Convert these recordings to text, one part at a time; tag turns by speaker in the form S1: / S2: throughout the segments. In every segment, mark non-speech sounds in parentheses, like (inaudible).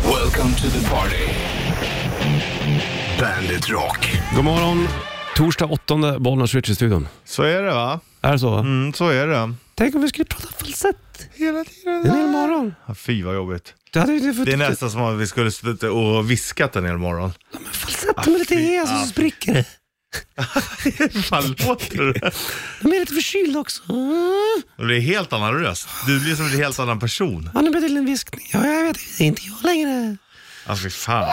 S1: Welcome to the party. Bandit Rock.
S2: God morgon. Torsdag 8, Bollnäs Switch i studion.
S3: Så är det va?
S2: Är det så?
S3: Mm, så är det.
S2: Tänk om vi skulle prata falsett
S3: Hela
S2: en
S3: tiden.
S2: hel morgon.
S3: Ja, fy vad jobbigt.
S2: Det hade ju inte fått...
S3: Det är nästan som om vi skulle suttit och viskat en hel morgon.
S2: Falsett, de är lite
S3: fy-
S2: hes och
S3: ah,
S2: så spricker det.
S3: Fan låter det?
S2: De är lite förkylda också. Mm.
S3: Det blir en helt annan röst. Du blir som en helt annan person.
S2: Ja, nu blir det till en viskning. Ja, jag vet. Det är inte jag längre.
S3: Ja, fy fan.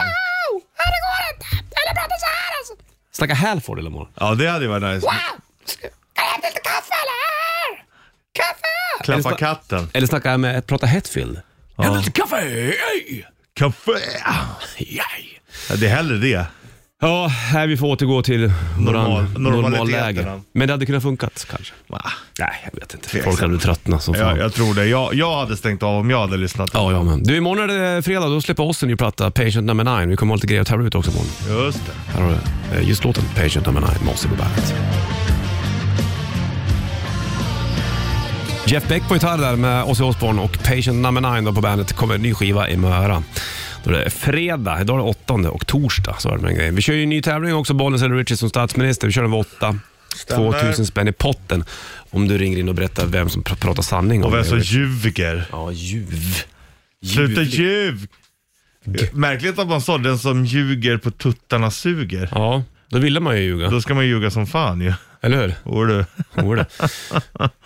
S2: Snacka Halford eller morgon.
S3: Ja, det hade ju varit nice. Klappa katten.
S2: Eller snacka med, prata Hetfield. Jag vill inte kaffe! ej!
S3: Kaffe.
S2: Ej.
S3: Ja, det är hellre det.
S2: Ja, här vi får återgå till
S3: Normal-
S2: våran normalläge.
S3: normaliteterna.
S2: Men det hade kunnat funkat kanske.
S3: Va?
S2: Nej, jag vet inte.
S3: Tveksamt.
S2: Folk hade tröttnat som
S3: Ja,
S2: fan.
S3: jag tror det. Jag, jag hade stängt av om jag hade lyssnat.
S2: Ja, ja men. Du, imorgon är det fredag. Då släpper oss en ny platta, Patient Number Nine. Vi kommer ha lite grejer att tävla ut också imorgon.
S3: Just det.
S2: Här har du eh, just låten Patient Number Nine, Måste gå bandet. Jeff Beck på gitarr där med Ozzy Osbourne och Patient Number Nine då på bandet. kommer en ny skiva i Möra. Då är det fredag, idag är det åttonde och torsdag. Så är det med den grejen. Vi kör ju en ny tävling också, Bollnäs eller Richard som statsminister. Vi kör den vid åtta.
S3: Stämmer.
S2: 2000 spänn i potten om du ringer in och berättar vem som pr- pratar sanning.
S3: Och
S2: om
S3: vem
S2: det.
S3: som ljuger.
S2: Ja, ljuv.
S3: Sluta ljug! Märkligt att man sa den som ljuger på tuttarna suger.
S2: Ja, då ville man ju ljuga.
S3: Då ska man ljuga som fan ju.
S2: Eller
S3: (laughs)
S2: hur?
S3: Och du.
S2: Jo det.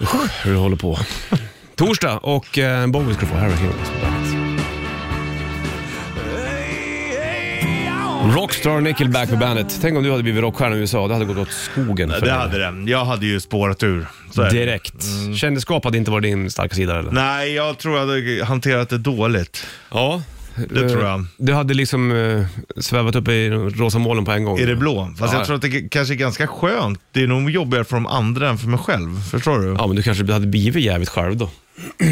S2: Usch, hur du håller på. Torsdag och eh, en Bowie ska du få. Harry Hill. Rockstar Nickelback på bandet. Tänk om du hade blivit rockstjärna i USA. Det hade gått åt skogen för
S3: Det
S2: dig.
S3: hade den. Jag hade ju spårat ur. Så är det.
S2: Direkt. Kändisskap hade inte varit din starka sida eller?
S3: Nej, jag tror jag hade hanterat det dåligt.
S2: Ja.
S3: Det tror jag.
S2: Du hade liksom eh, svävat upp i de rosa molnen på en gång.
S3: I det blå. Fast
S2: Ja, ja.
S3: jag tror att det k- kanske är ganska skönt. Det är nog jobbigare för de andra än för mig själv. Förstår du?
S2: Ja, men du kanske hade blivit jävligt själv då.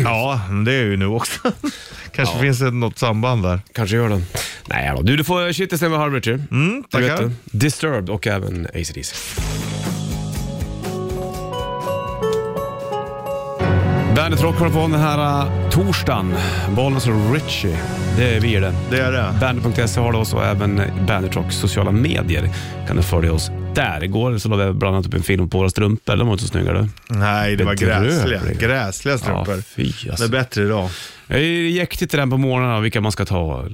S3: Ja, men det är ju nu också. (laughs) kanske finns det något samband där.
S2: Kanske gör den. Nej då. Du, du får shitlisten med Harvard ju. Mm,
S3: tackar.
S2: Disturbed och även ACDC. Bandet Rock håller på den här uh, torsdagen. Bollnäs och Richie. Det är vi det.
S3: Det är det.
S2: Bandet.se har du oss och även Bandet Rocks sociala medier kan du följa oss där. Igår så la vi bland annat upp en film på våra strumpor. De var inte så snygga du.
S3: Nej, det var gräsliga.
S2: Bedrövligt.
S3: Gräsliga strumpor.
S2: Ja, fy
S3: Det är
S2: alltså.
S3: bättre idag.
S2: Jag är jäktigt redan på morgnarna vilka man ska ta.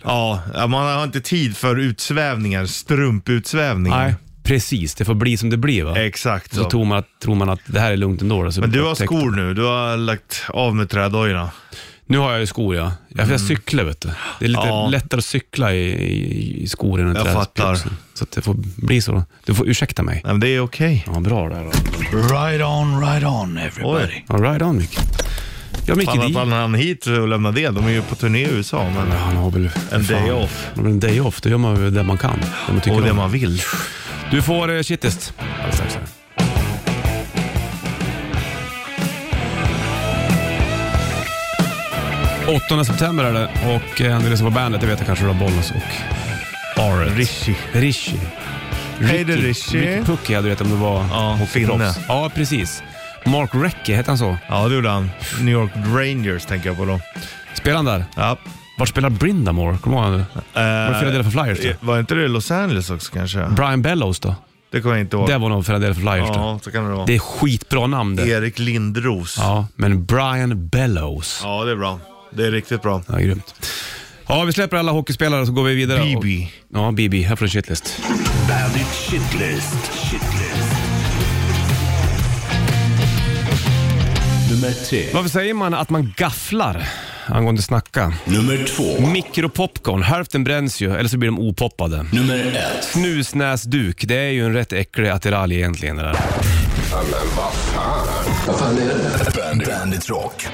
S3: Ja, man har inte tid för utsvävningar, strumputsvävningar.
S2: Nej, precis. Det får bli som det blir va?
S3: Exakt
S2: Så
S3: så.
S2: tror man, att, tror man att det här är lugnt ändå. då, Så
S3: Liksom. Men du har
S2: upptäckte-
S3: skor nu, du har lagt av med trädojorna.
S2: Nu har jag ju skor ja. Jag, jag cyklar vet du. Det är lite
S3: Mm. Ja.
S2: lättare att cykla i, i, i skor än i
S3: Jag
S2: träspjut,
S3: fattar.
S2: Så, så att det får bli så. Då. Du får ursäkta mig.
S3: Nej, men det är okej.
S2: Ja, bra där då.
S1: Right on, right on everybody.
S3: Oj.
S2: Ja, right on Micke. Ja, Micke
S3: Fan att
S2: Di.
S3: han hann hit och lämna det. De är ju på turné i USA. Men...
S2: Ja, Han har väl... fan.
S3: En day off.
S2: Han har väl en day off. Då gör man väl det man kan. Det man tycker
S3: Och det
S2: om.
S3: man vill.
S2: Du får eh, shitlist alldeles strax. här. Åttonde september är det och eh, ni lyssnar på bandet, det vet jag kanske då, Bollnäs och
S3: Rishi.
S2: Rishi.
S3: Hej då,
S2: Ricky-
S3: Rishi.
S2: Ricky Pucki hade du vetat om det var
S3: Ja,
S2: hockeyproffs.
S3: finne.
S2: Ja, precis. Mark Recchi, hette han så?
S3: Ja, det gjorde han. New York Rangers tänker jag på då.
S2: Spelar han där?
S3: Ja.
S2: Vart spelar Brindamore? Kommer du ihåg honom? Var det
S3: Eh,
S2: Philadelphia Flyers då?
S3: Var inte det Los Angeles också kanske?
S2: Brian Bellows då?
S3: Det kommer jag inte ihåg.
S2: Det var nog Philadelphia Flyers då.
S3: Ja, så kan det vara.
S2: Det är skitbra namn det.
S3: Erik Lindros. Ja.
S2: Ja, men Brian Bellows.
S3: det är bra. Det är riktigt bra.
S2: Ja, grymt. Ja, vi släpper alla hockeyspelare så går vi vidare.
S3: BB.
S2: Och, ja, BB. Här får du shitlist.
S1: Bandit Shitlist. Shitlist. Nummer tre.
S2: Varför säger man att man gafflar angående snacka?
S1: Nummer två.
S2: Mikropopcorn, hälften bränns ju, eller så blir de opoppade.
S1: Nummer ett.
S2: Snusnäsduk, det är ju en rätt äcklig attiralj egentligen det där.
S1: Bandit, Bandit Rock.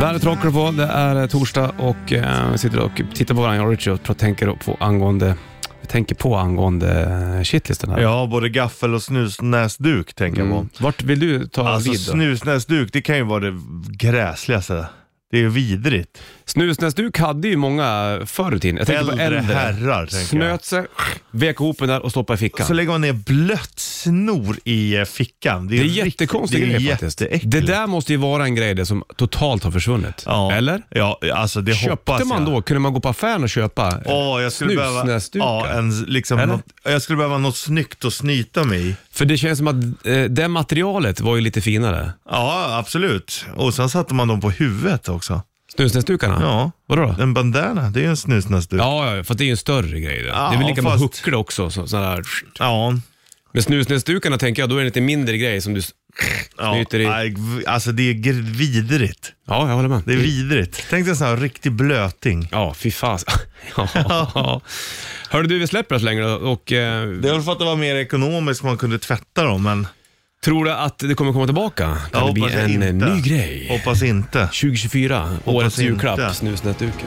S2: Bandet rockar på, det är eh, torsdag och eh, vi sitter och tittar på varandra, jag och Richie, och tänker på angående, vi tänker på angående eh, shitlisten här. Mm.
S3: Ja, både gaffel och snusnäsduk tänker jag på.
S2: Vart vill du ta
S3: Alltså
S2: vid då?
S3: snusnäsduk, det kan ju vara det gräsligaste. Det är ju vidrigt.
S2: Snusnäsduk hade ju många förr i tiden. Jag tänker
S3: Äldre
S2: på äldre.
S3: herrar, tänker jag.
S2: Snöt sig, vek ihop den där och stoppade i fickan.
S3: Så lägger man ner blött snor i eh, fickan.
S2: det är en
S3: riktigt-
S2: jättekonstig
S3: det är
S2: grej faktiskt.
S3: jätteäckligt.
S2: Det där måste ju vara en grej det som totalt har försvunnit.
S3: Ja.
S2: Eller?
S3: Ja, alltså det
S2: Köpte
S3: hoppas
S2: man
S3: jag.
S2: då? Kunde man gå på affären och köpa eh,
S3: Åh, jag skulle behöva,
S2: snusnäsdukar?
S3: ja, en, liksom,
S2: Eller?
S3: något, jag skulle behöva något snyggt att snyta mig i.
S2: För det känns som att eh, det materialet var ju lite finare.
S3: Ja, absolut. Och sen satte man dem på huvudet också.
S2: Snusnäsdukarna?
S3: Ja.
S2: Vadå då?
S3: En bandana, det är ju en snusnäsduk.
S2: Ja, ja, för det är ju en större grej. Det, det är väl
S3: Ja,
S2: lika med
S3: fast-
S2: huckle också. Så, sådana där.
S3: ja.
S2: Men snusnäsdukarna tänker jag, då är det en lite mindre grej som du s-
S3: ja.
S2: snyter i.
S3: Nej, v- Alltså det är gr- vidrigt.
S2: Ja, jag håller med.
S3: Det är vidrigt. Tänk dig en sån här riktig blöting.
S2: Ja, fy fan. (laughs) ja. Hörru du, vi släpper oss längre och eh,
S3: Det är väl för att det var mer ekonomiskt man kunde tvätta dem, men
S2: tror du att det kommer komma tillbaka? Kan det bli en eh, ny grej?
S3: Hoppas inte.
S2: 2024, årets
S3: inte.
S2: julklapp, snusnätduken.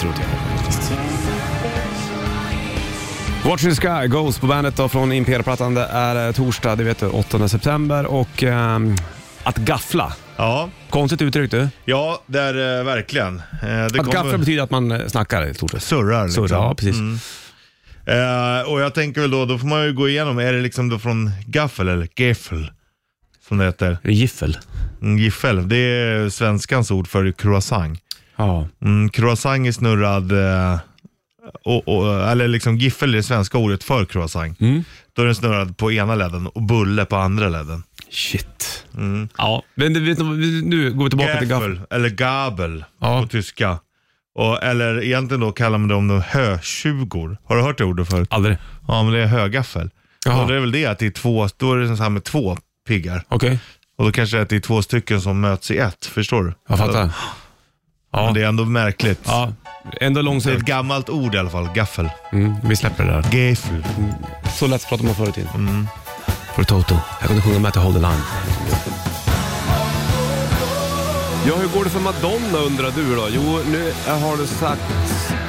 S2: Tror inte jag faktiskt. Watch in the Sky, Ghost på bandet då från Imperieplattan. Det är eh, torsdag, det vet du, 8 september och ehm, att gaffla.
S3: Ja,
S2: Konstigt uttryck du.
S3: ja det är eh, verkligen. Eh, det
S2: Att gaffla
S3: kommer-
S2: betyder att man eh, snackar i stort sett.
S3: surrar. Liksom.
S2: Surra, ja precis.
S3: Eh, och jag tänker väl då, då får man ju gå igenom, är det liksom då från gaffel eller geffel? Som det heter.
S2: Giffel.
S3: Mm, giffel, det är svenskans ord för croissant.
S2: Ja.
S3: Mm, croissant är snurrad, eh, och, och, eller liksom giffel är det svenska ordet för croissant.
S2: Mm.
S3: Då är den snurrad på ena ledden och bulle på andra ledden.
S2: Shit. Ja, men det- vet du- nu går vi tillbaka till gaffel.
S3: Gaffel, eller gabel
S2: Ja.
S3: på tyska. Och, eller egentligen då kallar man dem de hötjugor. Har du hört det ordet förut?
S2: Aldrig.
S3: Ja, men det är högaffel.
S2: Jaha.
S3: Och det är väl det att det är två, då är det liksom så här med två piggar.
S2: Okej,
S3: Och då kanske att det är två stycken som möts i ett, förstår du?
S2: jag fattar.
S3: Men det är ändå märkligt.
S2: Ja, ändå
S3: Det är ett
S2: långsamt.
S3: gammalt ord i alla fall, gaffel.
S2: Mm, vi släpper det där. Mm.
S3: Gaffel.
S2: Så lätt pratade man förr i tiden. För Toto. Här kan du sjunga med till Hold the Line. Ja, hur går det för Madonna undrar du då? Jo, nu har du sagt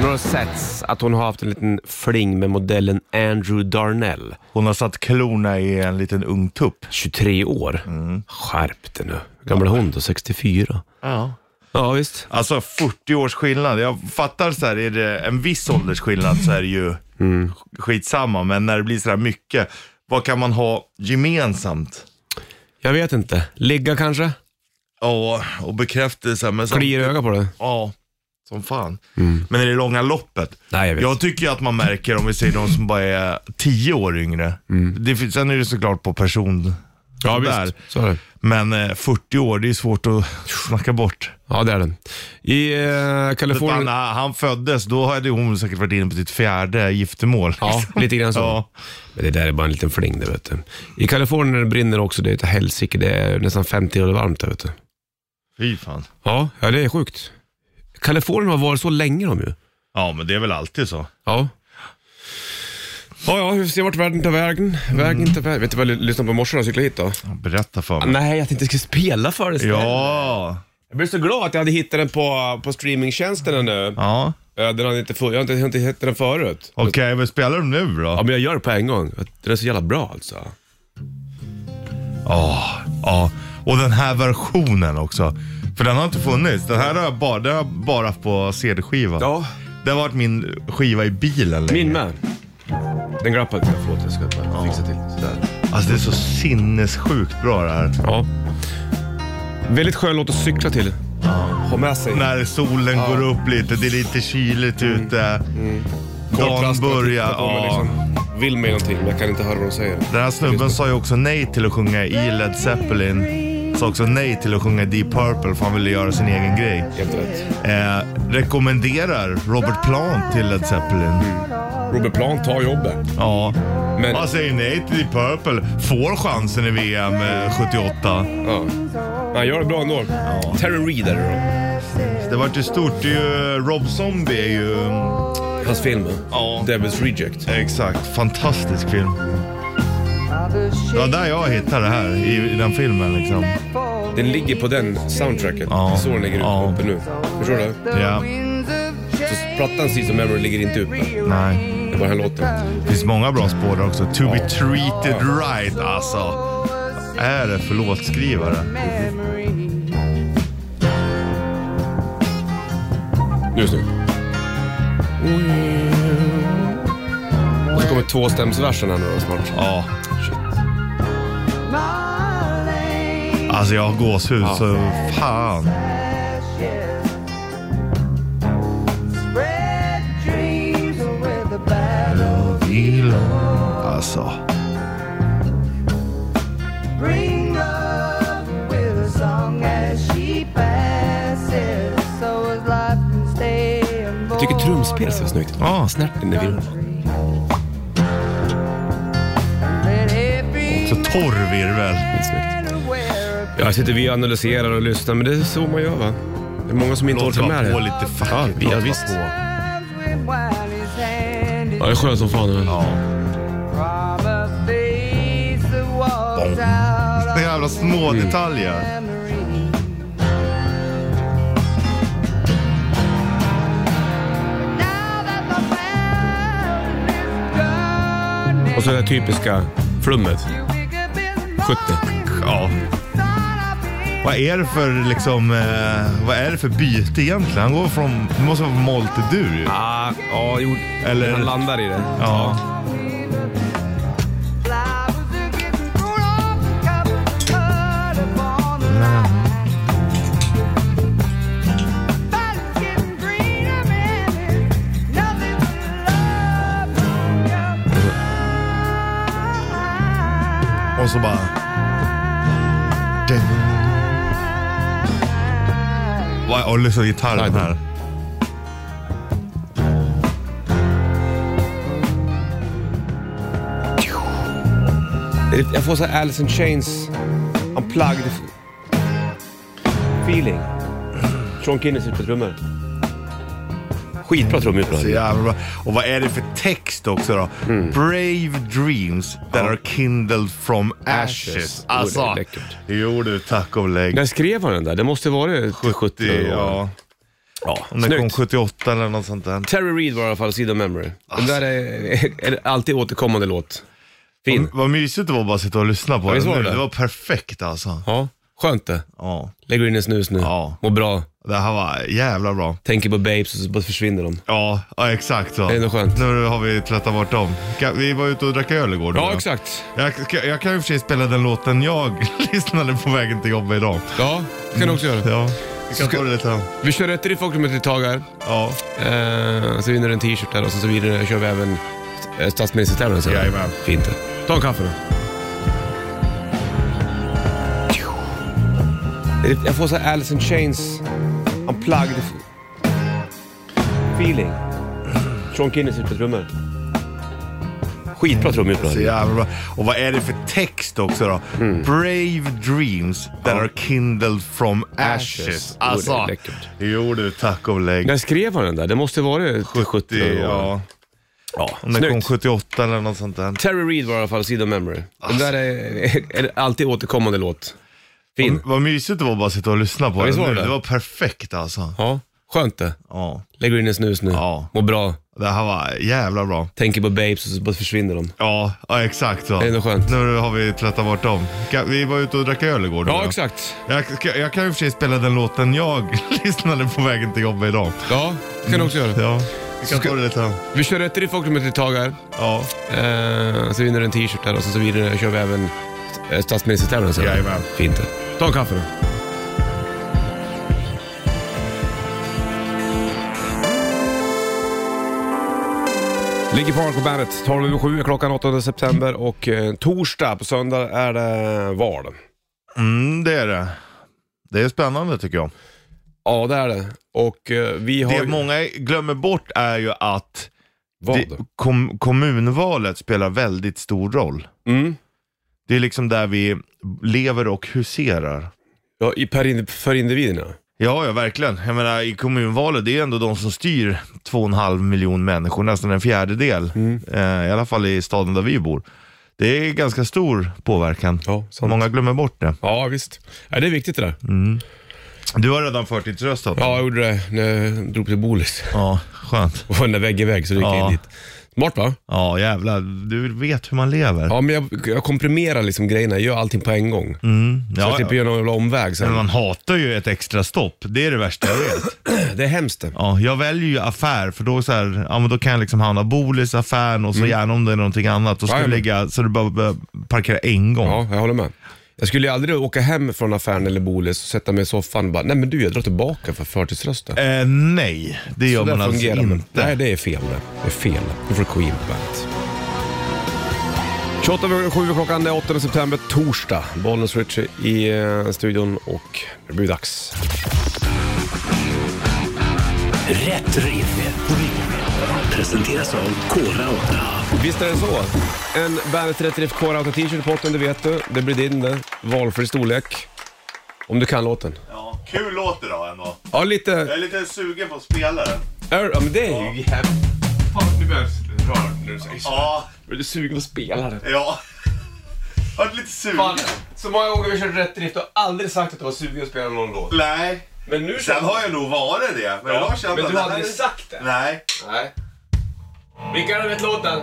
S2: några sets att hon har haft en liten fling med modellen Andrew Darnell.
S3: Hon har satt klorna i en liten ungtupp.
S2: 23 år. Skärp dig nu. Gammal hon då, 64.
S3: Ja.
S2: Ja, visst.
S3: Alltså 40 års skillnad. Jag fattar så här, är det en viss åldersskillnad så är det ju
S2: Mm.
S3: skitsamma. Men när det blir så här mycket, vad kan man ha gemensamt?
S2: Jag vet inte. Ligga kanske?
S3: Ja, och bekräftelse. Men så,
S2: Kliar i ögat på det.
S3: ja, som fan. Men i det långa loppet.
S2: Mm. Nej, jag vet.
S3: Jag tycker ju att man märker om vi säger de som bara är 10 år yngre.
S2: Mm.
S3: Det, fin- sen är det såklart på person. där.
S2: Så är det.
S3: Men eh, 40 år, det är svårt att snacka bort.
S2: Ja, det är den. I eh, Kalifornien...
S3: Han, han föddes, då hade hon säkert varit inne på sitt fjärde giftermål.
S2: Ja, lite grann så.
S3: Ja.
S2: Men det där är bara en liten fling det vet du. I Kalifornien brinner det också, det är utav helsike. Det är nästan 50 grader varmt där vet du.
S3: Fy fan.
S2: Ja, ja det är sjukt. Kalifornien har varit så länge de ju.
S3: Ja, men det är väl alltid så.
S2: Ja. Ja, ja, vi får se vart världen tar vägen. Vägen
S3: Mm.
S2: tar vägen. Vet du vad jag lyssnade på i morse när jag cyklade hit då?
S3: Berätta för mig.
S2: Nej, att jag inte skulle spela för det.
S3: Ja.
S2: Jag blev så glad att jag hade hittat den på, på streamingtjänsten nu.
S3: ja.
S2: Eh, Den hade inte funnits, jag har inte hunnit hitta den förut.
S3: Okej, men spelar de nu
S2: Ja,
S3: då?
S2: men jag gör det på en gång. Den är så jävla bra alltså.
S3: Ja. ja. Och den här versionen också. För den har inte funnits. Den här har jag bara, den har jag bara haft på CD-skivan.
S2: Ja.
S3: Det har varit min skiva i bilen länge.
S2: Min med. Den glappade inte. Förlåt, jag ska bara fixa till. Sådär.
S3: Alltså det är så sinnessjukt bra det här.
S2: Ja. Väldigt skön låt att cykla till. Ha med sig.
S3: När solen går upp lite, det är lite kyligt
S2: Mm.
S3: ute. Dagen
S2: Kontrast och
S3: börjar.
S2: titta på mig
S3: Ja.
S2: liksom. Vill mig någonting, men jag kan inte höra vad de säger.
S3: Den här snubben sa ju också nej till att sjunga i Led Zeppelin. Sa också nej till att sjunga i Deep Purple för han ville göra sin egen grej.
S2: Helt rätt.
S3: Eh, rekommenderar Robert Plant till Led Zeppelin.
S2: Robert Plant tar jobbet.
S3: Ja.
S2: Men,
S3: Han säger nej till Deep Purple. Får chansen i VM eh, 78.
S2: ja. Han gör det bra ändå. Terry Reed är det
S3: Det vart ju stort. Det är ju eh, Rob Zombie är ju...
S2: då. Hans film,
S3: Ja.
S2: Devil's Reject.
S3: Exakt. Fantastisk film. Det var där jag hittade det här, i, i den filmen liksom.
S2: Den ligger på den soundtracken.
S3: Ja.
S2: Så den ligger
S3: Ja.
S2: uppe nu. Förstår du?
S3: Ja.
S2: Så plattan Seeds of Memory ligger inte uppe.
S3: Nej.
S2: Det är bara den här låten.
S3: Det finns många bra spår där också. To be treated right alltså. Vad är det för låtskrivare?
S2: Nu är det snyggt. Och så kommer tvåstämsversen här nu då, snart.
S3: Ja.
S2: Ah.
S3: Alltså jag har gåshud så fan. Alltså.
S2: Jag tycker trumspel ser snyggt ut.
S3: Ja.
S2: Snärt in i filmen.
S3: Så torr virvel.
S2: Ja, sitter vi och analyserar och lyssnar, men det är så man gör va? Det är många som inte
S3: Låt
S2: orkar med
S3: vara
S2: det.
S3: på lite fuck.
S2: Ja, vi-
S3: Låt
S2: ja,
S3: vara
S2: visst.
S3: på.
S2: Ja, det är skönt som fan. Ja.
S3: Ja.
S4: Det
S3: Det är jävla små
S2: Mm.
S3: detaljer.
S2: Och så det där typiska flummet.
S4: 70.
S3: Ja. Vad är det för liksom, eh, vad är det för byte egentligen? Han går från, det måste vara från moll till dur ju.
S2: Ah, ja, jo.
S3: Eller-
S2: Han landar i det.
S3: Ja. Och så bara... Ding. Vad- Och lyssna på gitarren
S2: Nej,
S3: här.
S2: Jag får så här Alice in Chains unplugged feeling. Sean Kinney sitter på trummor. Skitbra trummor på det
S3: Så
S2: här.
S3: jävla bra. Och vad är det för text också då?
S2: Mm.
S3: Brave dreams that are kindled from ashes.
S2: Ashes. Oh,
S3: Alltså.
S2: det är läckert.
S3: jo du, tack och lägg.
S2: När skrev han den där? Det måste ha varit 70, 70
S3: Det, ja.
S2: ja.
S3: Om det kom
S2: Snyggt.
S3: 78 eller något sånt där.
S2: Terry Reid var i alla fall Seed of Memory. Den där är, är alltid återkommande låt. Fin.
S3: Vad mysigt det var att bara sitta och lyssna på
S2: visst
S3: den
S2: var
S3: nu.
S2: det?
S3: Det var perfekt alltså.
S2: Ja, skönt det.
S3: Ja.
S2: Lägger in en snus nu.
S3: Ja.
S2: Mår bra.
S3: Det här var jävla bra.
S2: Tänker på babes och så bara försvinner de.
S3: Ja, ja exakt så.
S2: Det är ändå skönt.
S3: Nu har vi tvättat bort dem. Kan- Vi var ute och drack öl igår. du och
S2: Ja,
S3: jag.
S2: exakt.
S3: Jag, ska- jag kan ju för sig spela den låten jag (laughs) lyssnade på vägen till jobbet idag.
S2: Ja, det kan du också göra.
S3: Ja, vi kan
S2: Ska-
S3: ta det lite här.
S2: Vi kör ett riff också med ett tag här.
S3: Ja,
S2: Eh, så vinner du en t-shirt där och så, så vidare kör vi även eh, statsministertävlingen sen.
S3: Jajamän.
S2: Fint det. Ta en kaffe då. Det- Jag får så här Alice in Chains unplugged feeling. Sean Kinney sitter på trummor. Skitbra trummor på det
S3: så
S2: här.
S3: jävla bra. Och vad är det för text också då?
S2: Mm.
S3: Brave dreams that are kindled from ashes.
S2: Ashes.
S3: Alltså,
S2: Oh, det är läckert.
S3: jo du, tack och lägg.
S2: När skrev han den där? Det måste ha varit 70, 70 ja.
S3: Det, ja,
S2: ja.
S3: om det kom
S2: Snyggt.
S3: 78 eller något sånt där.
S2: Terry Reid var i alla fall Seed of Memory. Den där är, är alltid återkommande låt. Fin.
S3: Vad mysigt det var att bara sitta och lyssna på
S2: Ja, visst
S3: den
S2: var
S3: nu.
S2: det?
S3: Det var perfekt alltså.
S2: Ja, skönt det.
S3: Ja,
S2: Lägger in en snus nu.
S3: Ja.
S2: Mår bra.
S3: det här var jävla bra.
S2: Tänker på babes och så bara försvinner de.
S3: Ja, ja exakt så.
S2: Det är ändå skönt.
S3: Nu har vi tvättat bort dem. Kan- Vi var ute och drack öl igår. du och
S2: Ja,
S3: jag.
S2: exakt.
S3: Jag, ska- jag kan ju för sig spela den låten jag (laughs) lyssnade på vägen till jobbet idag.
S2: Ja, det kan du också göra.
S3: Ja, vi kan
S2: Ska-
S3: ta det lite här.
S2: Vi kör ett riff också med ett tag här.
S3: Ja,
S2: Eh, så vinner du en t-shirt där och sen så vidare kör vi även eh, statsministertävlingen sen.
S3: Jajamän.
S2: Fint det. Ta en kaffe då. Ligger Park på bandet. 12 över 7 klockan 8 september och eh, torsdag på söndag är det val.
S3: mm, det är det. Det är spännande tycker jag.
S2: Ja, det är det. Och eh, vi har...
S3: Det många glömmer bort är ju att
S2: Vad?
S3: det, kom, kommunvalet spelar väldigt stor roll.
S2: Mm.
S3: Det är liksom där vi lever och huserar.
S2: Ja, i, per in, för individerna.
S3: Ja, ja, verkligen. Jag menar, i kommunvalet, det är ändå de som styr 2,5 miljon människor, nästan en fjärdedel.
S2: Mm.
S3: Eh, I alla fall i staden där vi bor. Det är ganska stor påverkan.
S2: Ja, sant.
S3: Många glömmer bort det.
S2: Ja, visst. Ja, det är viktigt det där.
S3: Mm. Du har redan förtidsröstat?
S2: Ja, jag gjorde det när jag drog till Bolis. (laughs)
S3: Ja, skönt.
S2: Och när vägg i vägg så gick jag
S3: Ja.
S2: in dit. Smart va?
S3: Ja, jävlar. Du vet hur man lever.
S2: Ja, men jag, jag komprimerar liksom grejerna. Jag gör allting på en gång. så jag
S3: Mm. Ja, Mm.
S2: slipper göra någon jävla omväg
S3: Men
S2: sen.
S3: man hatar ju ett extra stopp. Det är det värsta
S2: (laughs)
S3: jag vet.
S2: Det är hemskt det.
S3: Ja, jag väljer ju affär för då, så här, ja, men då kan jag liksom handla Bolis, affären och så gärna om det är någonting annat. Då ska
S2: Mm. Ja,
S3: du
S2: men-
S3: lägga, så du bara behöver parkera en gång.
S2: Ja, jag håller med. Jag skulle ju aldrig åka hem från affären eller Bolis och sätta mig i soffan och bara, nej men du jag drar tillbaka för förtidsrösten.
S3: Eh, nej, det gör
S2: Så
S3: man
S2: där
S3: alltså
S2: fungerar
S3: inte.
S2: man. Nej, det är fel det. Det är fel. Nu får Queen på bandet. 28 över 7 klockan, det är 8 september, torsdag. Bollnäs Ritchie i eh, studion och det blir dags.
S1: Rätt riff. Presenteras av Kora 8.
S2: Visst är det så. En Bandet 30 FK Rauta t-shirt på potten, det vet du. Det blir din det. Valfri storlek. Om du kan låten.
S3: Ja, kul låt idag ändå.
S2: Ja, lite...
S3: är lite sugen på att spela den.
S2: är- Ja, men det är ju jävligt... Fan, nu blir jag rörd när du säger så.
S3: Ja,
S2: Blir du sugen på att spela den?
S3: ja. Vart lite sugen.
S2: Fan, så många gånger vi kört rätt drift och aldrig sagt att du var sugen att spela någon låt.
S3: Nej.
S2: Men nu
S3: Sen har jag nog varit det. Men jag kände
S2: men
S3: att
S2: du
S3: det
S2: har
S3: här
S2: aldrig
S3: är-
S2: sagt det.
S3: Nej.
S2: Nej. Vilka hade vet låten?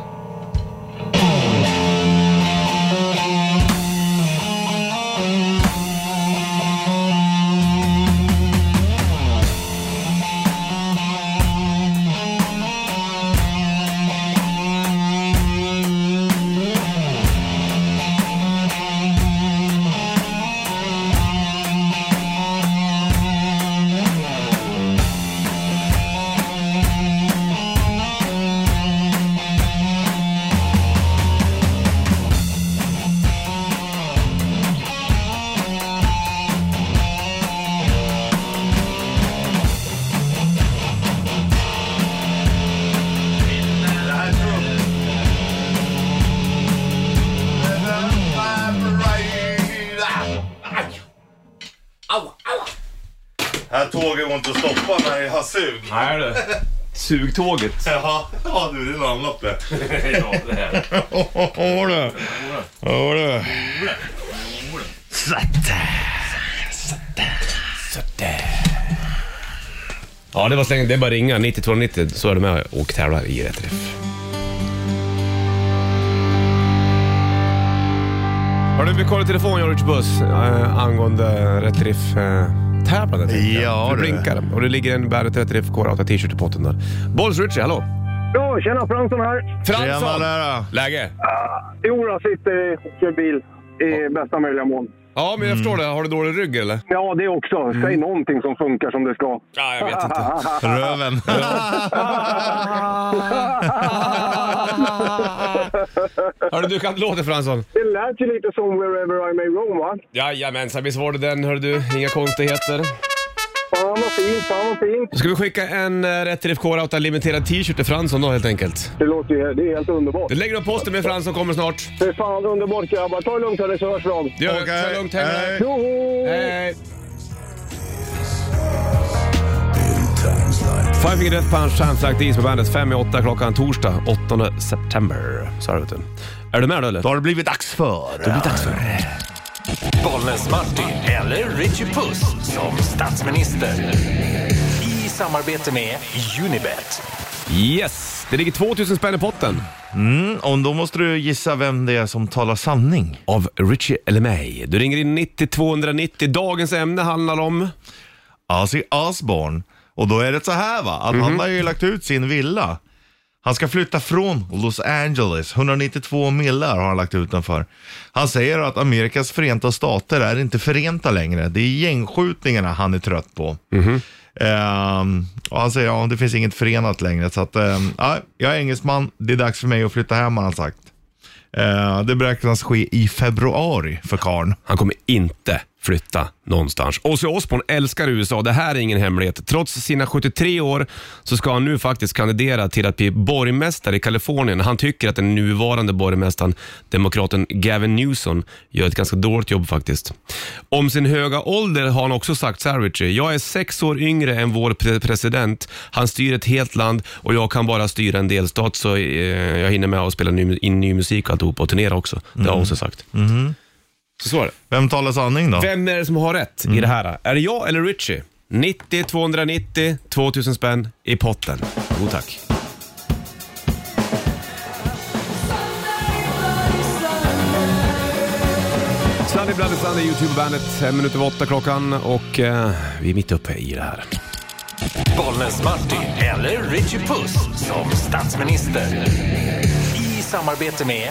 S3: Det här tror jag. Det här tåget går inte att stoppa när jag har sug.
S2: Nej du. Sugtåget.
S3: Ja, ja du, det är ramlat (laughs) det.
S2: ja, det här.
S3: Jodå. Jodå.
S2: Ja, det var slängen. Det är bara att ringa. 9290 så är du med och tävlar i rätt träff. Har du vi kollar i telefon George Buss eh, angående Rätt Riff eh, tävlandet? tänkte jag.
S3: Ja,
S2: du.
S3: du.
S2: blinkar och det ligger en Bandet Rätt Riff K8 t-shirt i potten där. Bolls Ritchie, hallå!
S5: Ja, tjena Fransson här.
S2: Fransson!
S3: Tjenare.
S2: Läge?
S5: Jo, jag sitter och kör bil i bästa möjliga mån.
S2: Ja,
S3: Mm.
S2: men jag förstår det. Har du dålig rygg eller?
S5: Ja, det också. Säg någonting som funkar som det ska.
S2: Ja, jag vet inte.
S3: Röven.
S2: Hörru du, kan låten Fransson?
S5: Det lät ju lite som Wherever I May Roam, va?
S2: Jajamensan, visst var det den hörru du. Inga konstigheter.
S5: Fan vad fint, fan vad fint.
S2: Då ska vi skicka en eh, Rätt Riff K-Rauta limiterad t-shirt till Fransson då helt enkelt.
S5: Det låter ju det är helt underbart.
S2: Det lägger upp posten med Fransson kommer snart.
S5: Det är fan underbart grabbar. Ta det lugnt hörni så hörs vi av.
S2: Det gör vi.
S3: (laughs) Okej.
S2: Kör lugnt, häng med dig.
S3: Hej.
S5: Joho!
S2: Hej. Five Finger Death Punch, Times Like These på bandet. Fem i åtta klockan torsdag 8 september. Så är det vet du. Är du med då eller?
S3: Då har det blivit dags för... Det blir dags för...
S6: Bollnäs Martin eller Richie Puss som statsminister. I samarbete med Unibet.
S2: Yes! Det ligger 2000 spänn i potten.
S3: Och då måste du gissa vem det är som talar sanning.
S2: Av Richie eller mig. Du ringer in 90 290. Dagens ämne handlar om...
S3: Ozzy Osbourne. Och då är det så här va, att han har ju lagt ut sin villa. Han ska flytta från Los Angeles. 192 millar har han lagt ut den för. Han säger att Amerikas förenta stater är inte förenta längre. Det är gängskjutningarna han är trött på. Ehm, och han säger att ja, det finns inget förenat längre. Så att, ehm, ja, jag är engelsman, det är dags för mig att flytta hem har han sagt. Ehm, det beräknas ske i februari för karln.
S2: Han kommer inte flytta någonstans. Ozzy Osbourne älskar USA, det här är ingen hemlighet. Trots sina 73 år så ska han nu faktiskt kandidera till att bli borgmästare i Kalifornien. Han tycker att den nuvarande borgmästaren, demokraten Gavin Newsom, gör ett ganska dåligt jobb faktiskt. Om sin höga ålder har han också sagt så här, Richie. Jag är sex år yngre än vår pre- president. Han styr ett helt land och jag kan bara styra en delstat så eh, jag hinner med att spela ny, in ny musik och alltihop och turnera också. Det har Ozzy sagt. Så så är det.
S3: Vem talar sanning då?
S2: Vem är det som har rätt i det här? Är det jag eller Richie? 90, 290, 2000 spänn i potten. God tack. Sunday, Bloody Sunday, Youtube-bandet. En minut över åtta klockan och eh, vi är mitt uppe i det här.
S6: Bollnäs-Martin eller Richie Puss som statsminister. I samarbete med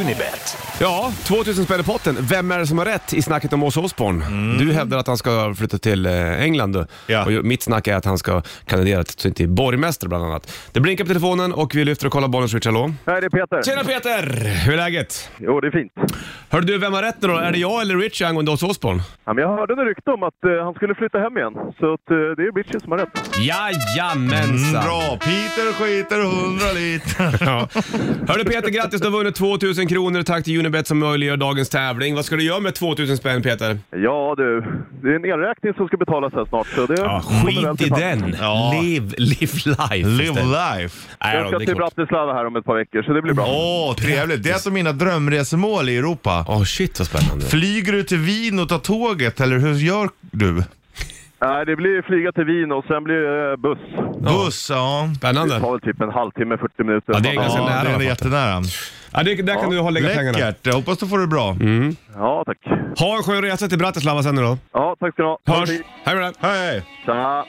S6: Unibet.
S2: Ja, 2000 spänn i potten. Vem är det som har rätt i snacket om Åsa Osborn? Du hävdar att han ska flytta till eh, England. du.
S3: Mm. Ja.
S2: Och ju- mitt snack är att han ska kandidera till till borgmästare bland annat. Det blinkar på telefonen och vi lyfter och kollar bollen switch. Hallå?
S5: Nej, det är Peter.
S2: Tjena Peter! Hur är läget?
S5: Jo, det är fint.
S2: Hör du, vem har rätt nu då? Är det jag eller Richie angående Åsa Osborn?
S5: Ja, men jag hörde en rykte om att eh, han skulle flytta hem igen. Så att, eh, det är Bitches som har rätt.
S2: Jajamensan!
S3: Mm, Bra, Peter skiter 100
S2: (laughs)
S3: liter.
S2: Ja. Hörru Peter, grattis! Du har vunnit 2000 kronor. Tack till Unibet som möjliggör dagens tävling. Vad ska du göra med 2000 spänn Peter?
S5: Ja du, det är en elräkning som ska betalas här snart. Så det kommer väl till pass.
S3: Ja.
S2: Live, live life!
S3: Live
S2: istället.
S3: life. typ
S2: Nej,
S5: Jag
S2: då,
S5: ska
S2: det är
S5: till
S2: klart.
S5: Bratislava här om ett par veckor, så det blir bra.
S3: Åh, trevligt. Det är som mina drömresmål i Europa.
S2: Åh shit vad spännande.
S3: Flyger du till Wien och tar tåget eller hur gör du?
S5: Nej, det blir flyga till Wien och sen blir det eh, buss.
S3: Buss, ja.
S5: Det
S2: Spännande.
S5: tar väl typ en halvtimme, 40 minuter.
S2: Ja, det är ganska
S3: Ja,
S2: nära,
S3: det
S2: jag
S3: är
S2: fattar.
S3: jättenära.
S2: Ja, det, där kan du ha lägga pengarna. Mm.
S3: Läckert. Jag hoppas du får det bra.
S5: Ja, tack.
S2: Ha en skön resa till Bratislava sen nu då.
S5: Ja, tack ska ni ha. Ha
S2: Hörs!
S5: det fint.
S2: Hej med dig.
S3: Hej!
S5: Tja.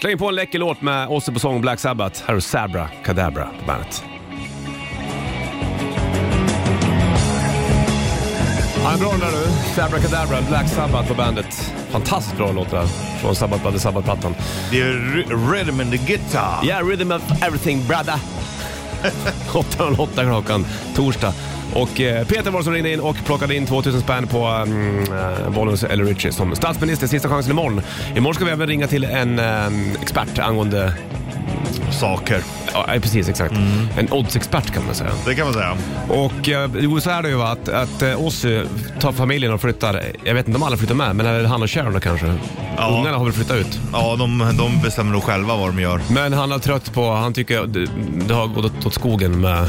S2: Släng på en läcker låt med Ozzy på sång Black Sabbath. Här är Sabra Kadabra på bandet. Ja, en bra den där du. Sabra Kadabra, Black Sabbath på bandet. Fantastiskt bra låt där. Från Sabbath, Bloody Sabbath-plattan.
S3: Det är ry- Rhythm and the Guitar.
S2: Yeah, rhythm of everything (laughs) brother. 8.08 klockan, torsdag. Och eh, Peter var det som ringde in och plockade in 2000 spänn på mm, eh, Bollnäs eller Richie som statsminister. Sista chansen imorgon. Imorgon ska vi även ringa till en eh, expert angående
S3: Saker.
S2: Ja, nej, precis. Exakt. En oddsexpert kan man säga.
S3: Det kan man säga.
S2: Och eh, jo, så är det ju va, att, att eh, Ozzy tar familjen och flyttar. Jag vet inte om alla flyttar med, men är det han och Sharon då kanske?
S3: Ja.
S2: Ungarna har väl flyttat ut.
S3: Ja, de, de bestämmer nog själva vad de gör.
S2: Men han är trött på, han tycker att det, det har gått åt, åt skogen med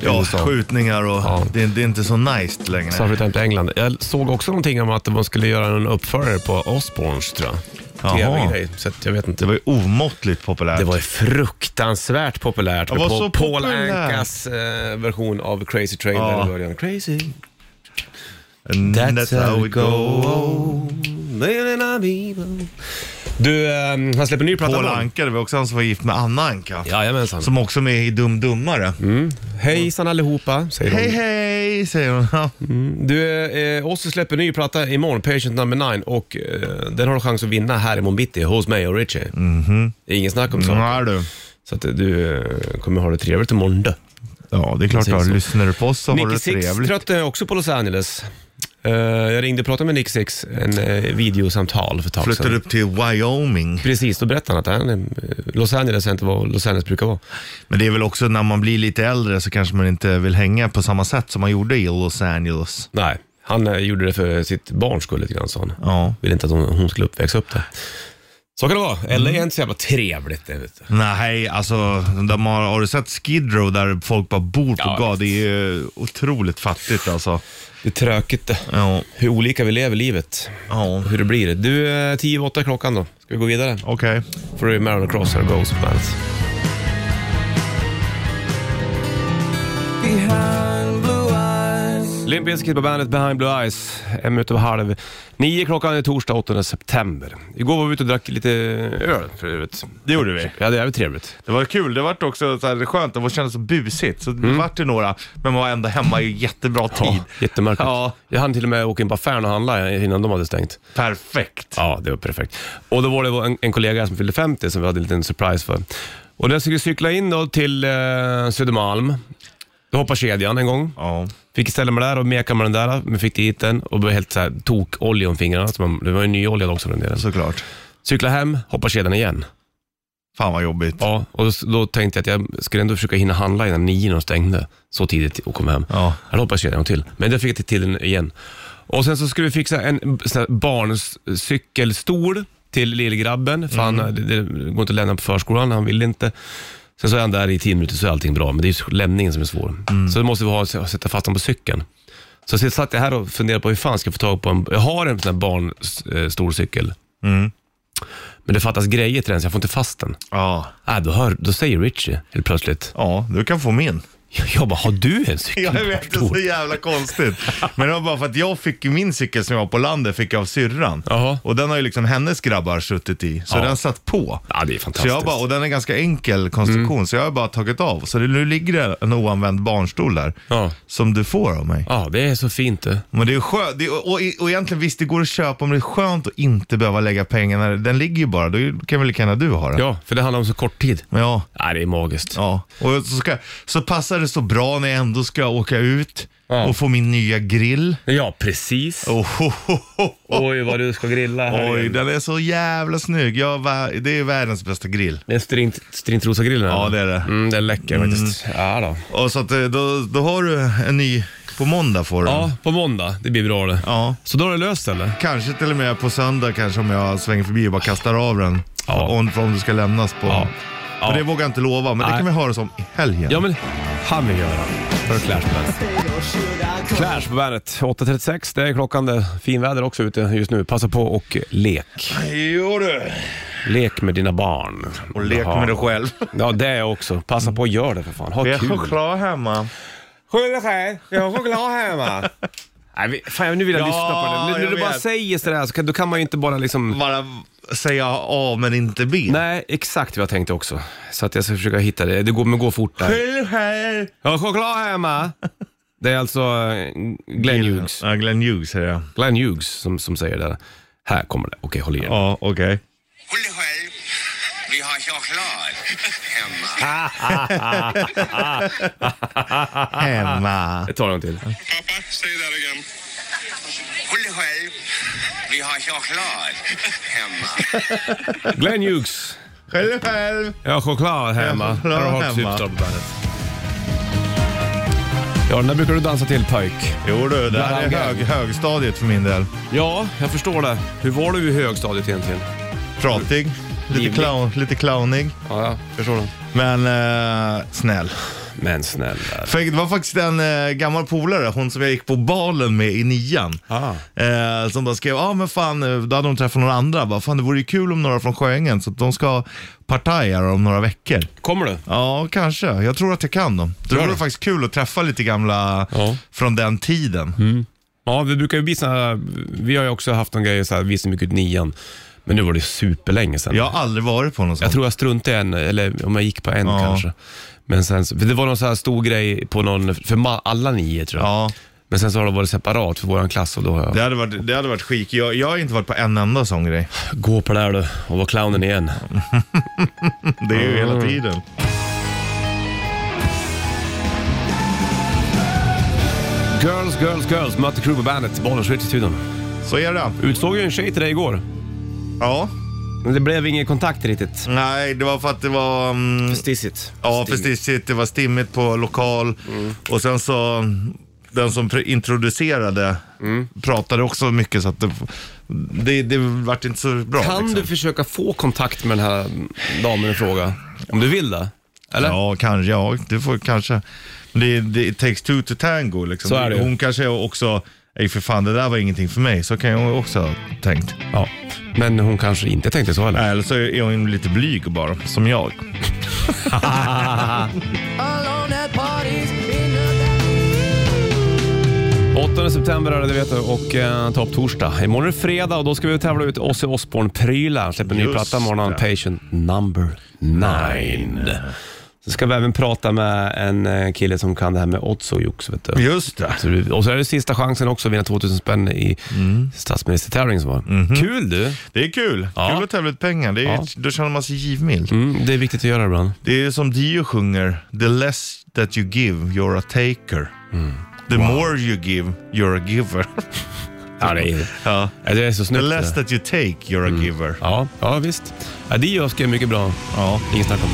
S3: Ja,
S2: USA.
S3: skjutningar och
S2: Ja.
S3: det, det är inte så nice längre.
S2: Så han flyttade hem till England. Jag såg också någonting om att man skulle göra en uppförare på Osborns tror jag.
S3: Jaha.
S2: TV-grej, så att jag vet inte.
S3: Det var ju omåttligt populärt.
S2: Det var ju fruktansvärt populärt med
S3: Det var
S2: Paul,
S3: så
S2: Paul
S3: populärt.
S2: Ankas eh, version av Crazy Train.
S3: Ja.
S2: där i början. Crazy
S3: And that's how it goes.
S2: Du, ehm, han släpper en ny platta
S3: Paul
S2: imorgon.
S3: Anka, det var också han som var gift med Anna Anka.
S2: Jajamensan.
S3: Som också är med i Dum Dummare.
S2: Hejsan allihopa, säger
S3: Hej
S2: hon.
S3: hej, säger hon. Ja.
S2: Du, eh, Ozzy släpper en ny platta imorgon, Patient number 9 och eh, den har du chans att vinna här imorgon bitti hos mig och Richie. Det är ingen snack om
S3: Mm,
S2: så.
S3: är du.
S2: Så att eh, du eh, kommer ha det trevligt imorgon du.
S3: Ja, det är klart.
S2: Säger
S3: Då.
S2: så.
S3: Lyssnar du på oss så har du
S2: Nicky
S3: det
S2: Six
S3: trevligt.
S2: tröttnade jag också på Los Angeles. Eh, jag ringde och pratade med Nicky Six, en eh, videosamtal för ett tag sedan.
S3: Flyttar upp till Wyoming.
S2: Precis, då berättade han att han, eh, Los Angeles är inte vad Los Angeles brukar vara.
S3: Men det är väl också när man blir lite äldre så kanske man inte vill hänga på samma sätt som man gjorde i Los Angeles.
S2: Nej, han eh, gjorde det för sitt barns skull lite grann sa han.
S3: Ja.
S2: Vill inte att hon, hon skulle uppväxa upp det. Så kan det vara. Eller är inte så jävla trevligt. Det, vet du.
S3: Nej, alltså de har, har du sett Skid Row där folk bara bor på
S2: Ja,
S3: ja, Det är ju otroligt fattigt alltså.
S2: det är tråkigt det.
S3: Ja,
S2: Hur olika vi lever livet.
S3: ja.
S2: Hur det blir. Du, eh, tio över åtta klockan då. Ska vi gå vidare?
S3: okej.
S2: För det är Marilyn Cross här, Ghost Bands. Limp Bizkit på bandet Behind Blue Eyes. En minut över halv nio klockan är torsdag 8 september. Igår var vi ute och drack lite öl för övrigt.
S3: Det gjorde vi.
S2: Ja, det är väl trevligt.
S3: Det var kul. Det vart också så här skönt. Det var- kändes så busigt. Så det vart det några, men man var ändå hemma i jättebra tid.
S2: Jättemärkligt.
S3: Ja.
S2: Jag hann till och med åka in på affären och handla innan de hade stängt.
S3: Perfekt.
S2: Ja, det var perfekt. Och då var det en, en kollega som fyllde 50 som vi hade en liten surprise för. Och när jag skulle cykla in då till eh, Södermalm, då hoppade kedjan en gång.
S3: Ja.
S2: Fick ställa mig där och meka med den där, men fick dit den och blev helt så här tokolja om fingrarna. Så man, det var ju nyoljad också den delen. Så
S3: Såklart.
S2: cykla hem, hoppa kedjan igen.
S3: Fan vad jobbigt.
S2: Ja, och då, då tänkte jag att jag skulle ändå försöka hinna handla innan nio när de stängde. Så tidigt och kom hem.
S3: Ja.
S2: Jag hoppade kedjan en gång till, men jag fick till den igen. Och sen så skulle vi fixa en sån här barncykelstol till lillgrabben, för han, det, det går inte att lämna på förskolan, han vill inte. Sen så är han där i tio minuter så är allting bra, men det är ju lämningen som är svår. Så då måste vi ha, sätta fast honom på cykeln. Så jag satt jag här och funderade på hur fan ska jag få tag på en, jag har en sån här barnstor cykel. Men det fattas grejer till den så jag får inte fast den.
S3: Ja.
S2: Äh, då, hör, då säger Richie helt plötsligt,
S3: Ja, du kan få min.
S2: Jag bara, har du
S3: (laughs)
S2: en cykel?
S3: Jag vet, det är så jävla konstigt. Men det var bara för att jag fick ju min cykel som jag var på landet, fick jag av syrran.
S2: Jaha.
S3: Och den har ju liksom hennes grabbar suttit i, så
S2: Ja.
S3: den satt på.
S2: Ja, det är
S3: Så
S2: fantastiskt.
S3: jag bara, och den är ganska enkel konstruktion, så jag har bara tagit av. Så det, nu ligger det en oanvänd barnstol där,
S2: Ja.
S3: som du får av mig.
S2: Ja, det är så fint det.
S3: Men det är skönt, det, och, och, och egentligen visst det går att köpa, men det är skönt att inte behöva lägga pengarna. Den ligger ju bara, då kan väl lika gärna du ha den.
S2: Ja, för det handlar om så kort tid.
S3: Men ja,
S2: Nej, det är magiskt.
S3: ja. Och så, ska, så passar det så bra när jag ändå ska åka ut
S2: Ja.
S3: och få min nya grill.
S2: Ja, precis.
S3: Oh, ho, ho, ho, ho.
S2: Oj, vad du ska grilla här
S3: Oj,
S2: igen.
S3: den är så jävla snygg. Jag, va- det är världens bästa grill.
S2: Det är strint, strintrosa grillen.
S3: Ja,
S2: eller?
S3: det är det.
S2: Mm, den läcker faktiskt. Ja, då.
S3: Och så att, eh, då, då har du en ny på måndag får du. den.
S2: ja, Mm. på måndag. Det blir bra det.
S3: ja.
S2: Så då har det löst eller?
S3: Kanske till och med på söndag kanske om jag svänger förbi och bara kastar av den.
S2: Ja.
S3: Om, om du ska lämnas på.
S2: Ja.
S3: Men det vågar jag inte lova, men det
S2: Nej.
S3: kan vi höra som i helgen.
S2: Ja, men han vill göra. För Clash på bandet. Clash på bandet. 8.36, det är klockan. Det är finväder också ute just nu. Passa på och lek.
S3: Jo du.
S2: Lek med dina barn.
S3: Och lek
S2: Ja.
S3: med dig (laughs) själv.
S2: Ja, det är också. Passa på och gör det för fan. Ha
S3: Vi har
S2: kul.
S3: choklad hemma.
S2: Skyll dig Jag har choklad hemma. Nej, vi- fan, nu vill jag
S3: Ja,
S2: lyssna på det. Nu,
S3: jag
S2: när du bara
S3: vet.
S2: säger sådär så kan, då kan man ju inte bara liksom...
S3: Bara säga A men inte B.
S2: Nej, exakt vad jag tänkte också. Så att jag ska försöka hitta det. Det går, men går fort där.
S3: Skyll här.
S2: Jag har choklad hemma. Det är alltså eh, Glenn Hughes.
S3: Ja, Glenn Hughes säger jag.
S2: Glenn Hughes som, som säger det. Här kommer det. Okej, håll i er.
S3: Ja, okej.
S7: Håll dig själv. Vi har choklad hemma.
S3: (laughs) Hemma.
S2: Jag tar en till.
S7: Pappa, säg det där igen. Håll dig själv. Vi har choklad hemma.
S2: Glenn Hughes.
S3: Skyll dig själv.
S2: Jag har choklad hemma.
S3: Jag har choklad
S2: Här har du typ
S3: hemma.
S2: Hot Chip Top Bandet. Ja, den där brukar du dansa till pojk.
S3: Jo du, det här är
S2: Laranga.
S3: hög, högstadiet för min del.
S2: Ja, jag förstår det. Hur var du i högstadiet egentligen?
S3: Pratig, lite,
S2: Livlig.
S3: clown, lite clownig,
S2: Ja, jag förstår det.
S3: men eh, snäll.
S2: Men snälla.
S3: För det var faktiskt en eh, gammal polare, hon som jag gick på balen med i nian.
S2: Ah.
S3: Eh, som bara skrev, ja ah, men fan, eh, då hade de träffat några andra. Bara, fan det vore ju kul om några från Sjöängen, så att de ska partaja om några veckor.
S2: Kommer du?
S3: Ja, kanske. Jag tror att jag kan dem. Det
S2: Gör
S3: vore
S2: det.
S3: faktiskt kul att träffa lite gamla
S2: Ja. Mm.
S3: från den tiden.
S2: Ja, vi brukar ju bli såna här, Vi har ju också haft en grej så här, vi som gick ut nian. Men nu var det superlänge sedan.
S3: Jag har aldrig varit på någon sån.
S2: Jag tror jag struntade i en, eller om jag gick på en
S3: Ja.
S2: kanske. Men sen, så- för det var någon så här stor grej på någon, för ma- alla nio tror jag.
S3: Ja.
S2: Men sen så har det varit separat för våran klass och då har jag...
S3: Det hade varit, det hade varit skik. Jag, jag har inte varit på en enda sån grej.
S2: Gå på det här du och var clownen igen.
S3: Det är ju hela tiden.
S2: Girls, girls, girls. Mötte crew på bandet. Bollens i studion.
S3: Så är det.
S2: Utsåg ju en tjej till dig igår.
S3: Ja.
S2: Men det blev ingen kontakt riktigt.
S3: Nej, det var för att det var... mm,
S2: Stissigt.
S3: ja, för stimmigt. Mm. Det var stimmigt på lokal. Och sen så... Den som pre- introducerade Mm. pratade också mycket så att det, det, det vart inte så bra.
S2: Kan
S3: liksom.
S2: du försöka få kontakt med den här damen i fråga? Om du vill det? Eller?
S3: Ja, kanske. Ja, du får kanske. Men det, det it takes two to tango liksom.
S2: Så är det ju.
S3: Hon kanske också, ej för fan det där var ingenting för mig. Så kan jag också ha tänkt.
S2: Ja. Men hon kanske inte tänkte så heller.
S3: Nej, Eller så är hon lite blyg bara, som
S2: (laughs)
S3: jag.
S8: Alone at parties in the
S2: 8 september är det, det vet du, och eh, topp torsdag. Imorgon är det fredag och då ska vi tävla ut Ozzy Osbourne-prylar. Släpper en ny
S3: Just
S2: platta imorgon,
S3: det.
S2: Patient number nine. Så ska vi även prata med en eh, kille som kan det här med odds och jox, vet du.
S3: Just det.
S2: Så du- Och så är det sista chansen också att vinna 2000 spänn i statsministertävlingen som var. Kul du!
S3: Det är kul.
S2: Ja.
S3: Kul att tävla ut pengar. Det är,
S2: Ja.
S3: Då känner man sig givmild.
S2: Mm, det är viktigt att göra ibland.
S3: Det är som Dio sjunger, the less that you give, you're a taker.
S2: Mm.
S3: The more you give, you're a giver.
S2: Ja, det är,
S3: ja.
S2: ja, det Mm. är så
S3: The
S2: snyggt.
S3: less
S2: det.
S3: that you take, you're a giver.
S2: Ja, ja visst. Ja, Dio skrev mycket bra.
S3: Ja.
S2: Inget snack om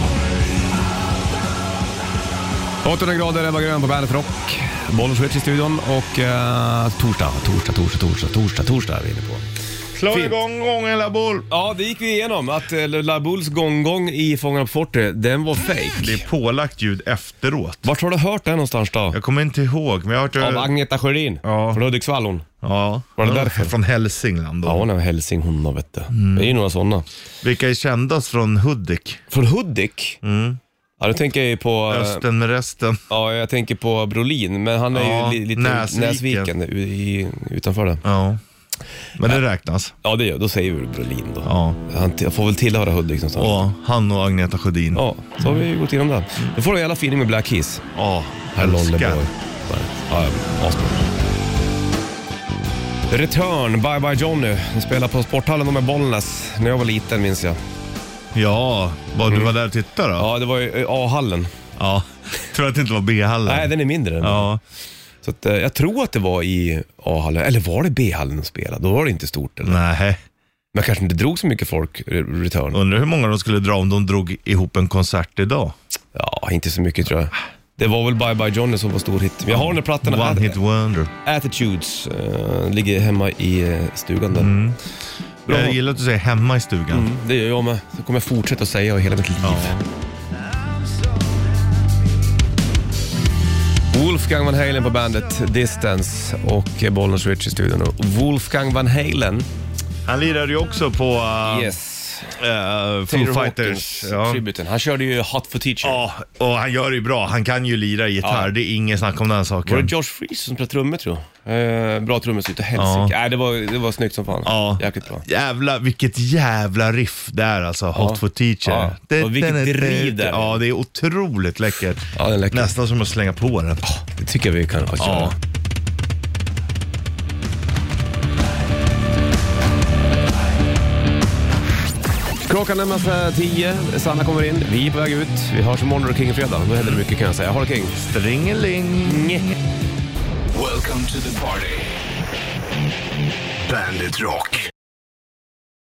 S2: det. 800 grader, Ebba Grön på Bandet Rock. Bollen switch i studion och eh, torsdag, torsdag, torsdag, torsdag, torsdag, torsdag är vi inne på.
S3: Slå
S2: Fint.
S3: igång gången la boll.
S2: Ja, det gick vi igenom att eh, La Bulls gånggång i Fångarna på fortet, den var
S3: Det
S2: fake.
S3: är pålagt ljud efteråt.
S2: Vart har du hört det någonstans då?
S3: Jag kommer inte ihåg, men jag har hört...
S2: Av Agneta Sjödin
S3: Ja.
S2: från Hudiksvall hon.
S3: ja.
S2: Var det därför?
S3: Från Hälsingland då.
S2: Ja, hon är hälsing hon då
S3: Mm.
S2: vet du. Det är ju några sådana.
S3: Vilka är kändast från Hudik?
S2: Från Hudik? Ja, du tänker jag ju på... eh,
S3: Östen med resten.
S2: Ja, jag tänker på Brolin, men han är
S3: Ja,
S2: ju li, lite
S3: Näsviken.
S2: Näsviken u- i, utanför det.
S3: Ja. Men det räknas.
S2: Ja, det gör Då säger vi Brolin då.
S3: Ja.
S2: Han t- får väl tillhöra Hudik någonstans.
S3: Och han och Agneta Sjödin.
S2: Ja, så har vi ju gått igenom det. Då får du en jävla feeling med Black Keys.
S3: Ja,
S2: Här
S3: Mm. älskar.
S2: Lolleboy. Ja, ja, asbra. Return, Bye Bye Johnny. De spelar på Sporthallen de med Bollnäs. När jag var liten minns jag.
S3: Ja, var du var där och tittade då?
S2: Mm. Ja, det var ju eh, A-hallen.
S3: Ja. Tror att det inte var B-hallen.
S2: Nej, den är mindre.
S3: Ja.
S2: Så att, eh, jag tror att det var i A-hallen, eller var det B-hallen de spelade? Då var det inte stort. Eller?
S3: Nej.
S2: Men kanske inte drog så mycket folk, eh, Return.
S3: Undrar hur många de skulle dra om de drog ihop en konsert idag.
S2: Ja, inte så mycket tror jag. Det var väl Bye Bye Johnny som var stor hit. Men Jag har den där plattan,
S3: One hit wonder.
S2: Attitudes, eh, ligger hemma i eh, stugan där.
S3: Mm.
S2: Bra.
S3: Jag gillar att du säger hemma i stugan.
S2: Det gör jag med. Det kommer jag fortsätta att säga hela mitt liv. Wolfgang Van Halen på bandet Distance och eh, Bollnäs Rich i studion. Och Wolfgang Van Halen,
S3: Han lirade ju också på uh,
S2: yes.
S3: eh,
S2: Taylor
S3: Foo Fighters.
S2: Hawkins,
S3: Ja.
S2: tributen. Han körde ju Hot for Teacher.
S3: ja, och han gör det ju bra. Han kan ju lira gitarr,
S2: Ja.
S3: det är inget snack om den
S2: Var det
S3: saken.
S2: Josh Freese som spelade trummor tror jag? Eh, bra trummor så utav helsike. Nej, det var, det var snyggt som fan.
S3: Ja.
S2: Jäkligt bra.
S3: Jävla, vilket jävla riff där alltså, Hot for Teacher.
S2: Ja. Och vilket
S3: den är-
S2: driv där.
S3: Ja, det är otroligt läckert.
S2: Ja, den är läcker.
S3: Nästan som att slänga på den.
S2: Det tycker jag vi kan köra.
S3: Ja.
S2: Klockan närmar sig tio, Sanna kommer in, vi är på väg ut. Vi hörs imorgon och King fredag. Då händer det mycket kan jag säga. Ha det King!
S3: Stringeling.
S6: Welcome to the party.
S1: Bandit Rock.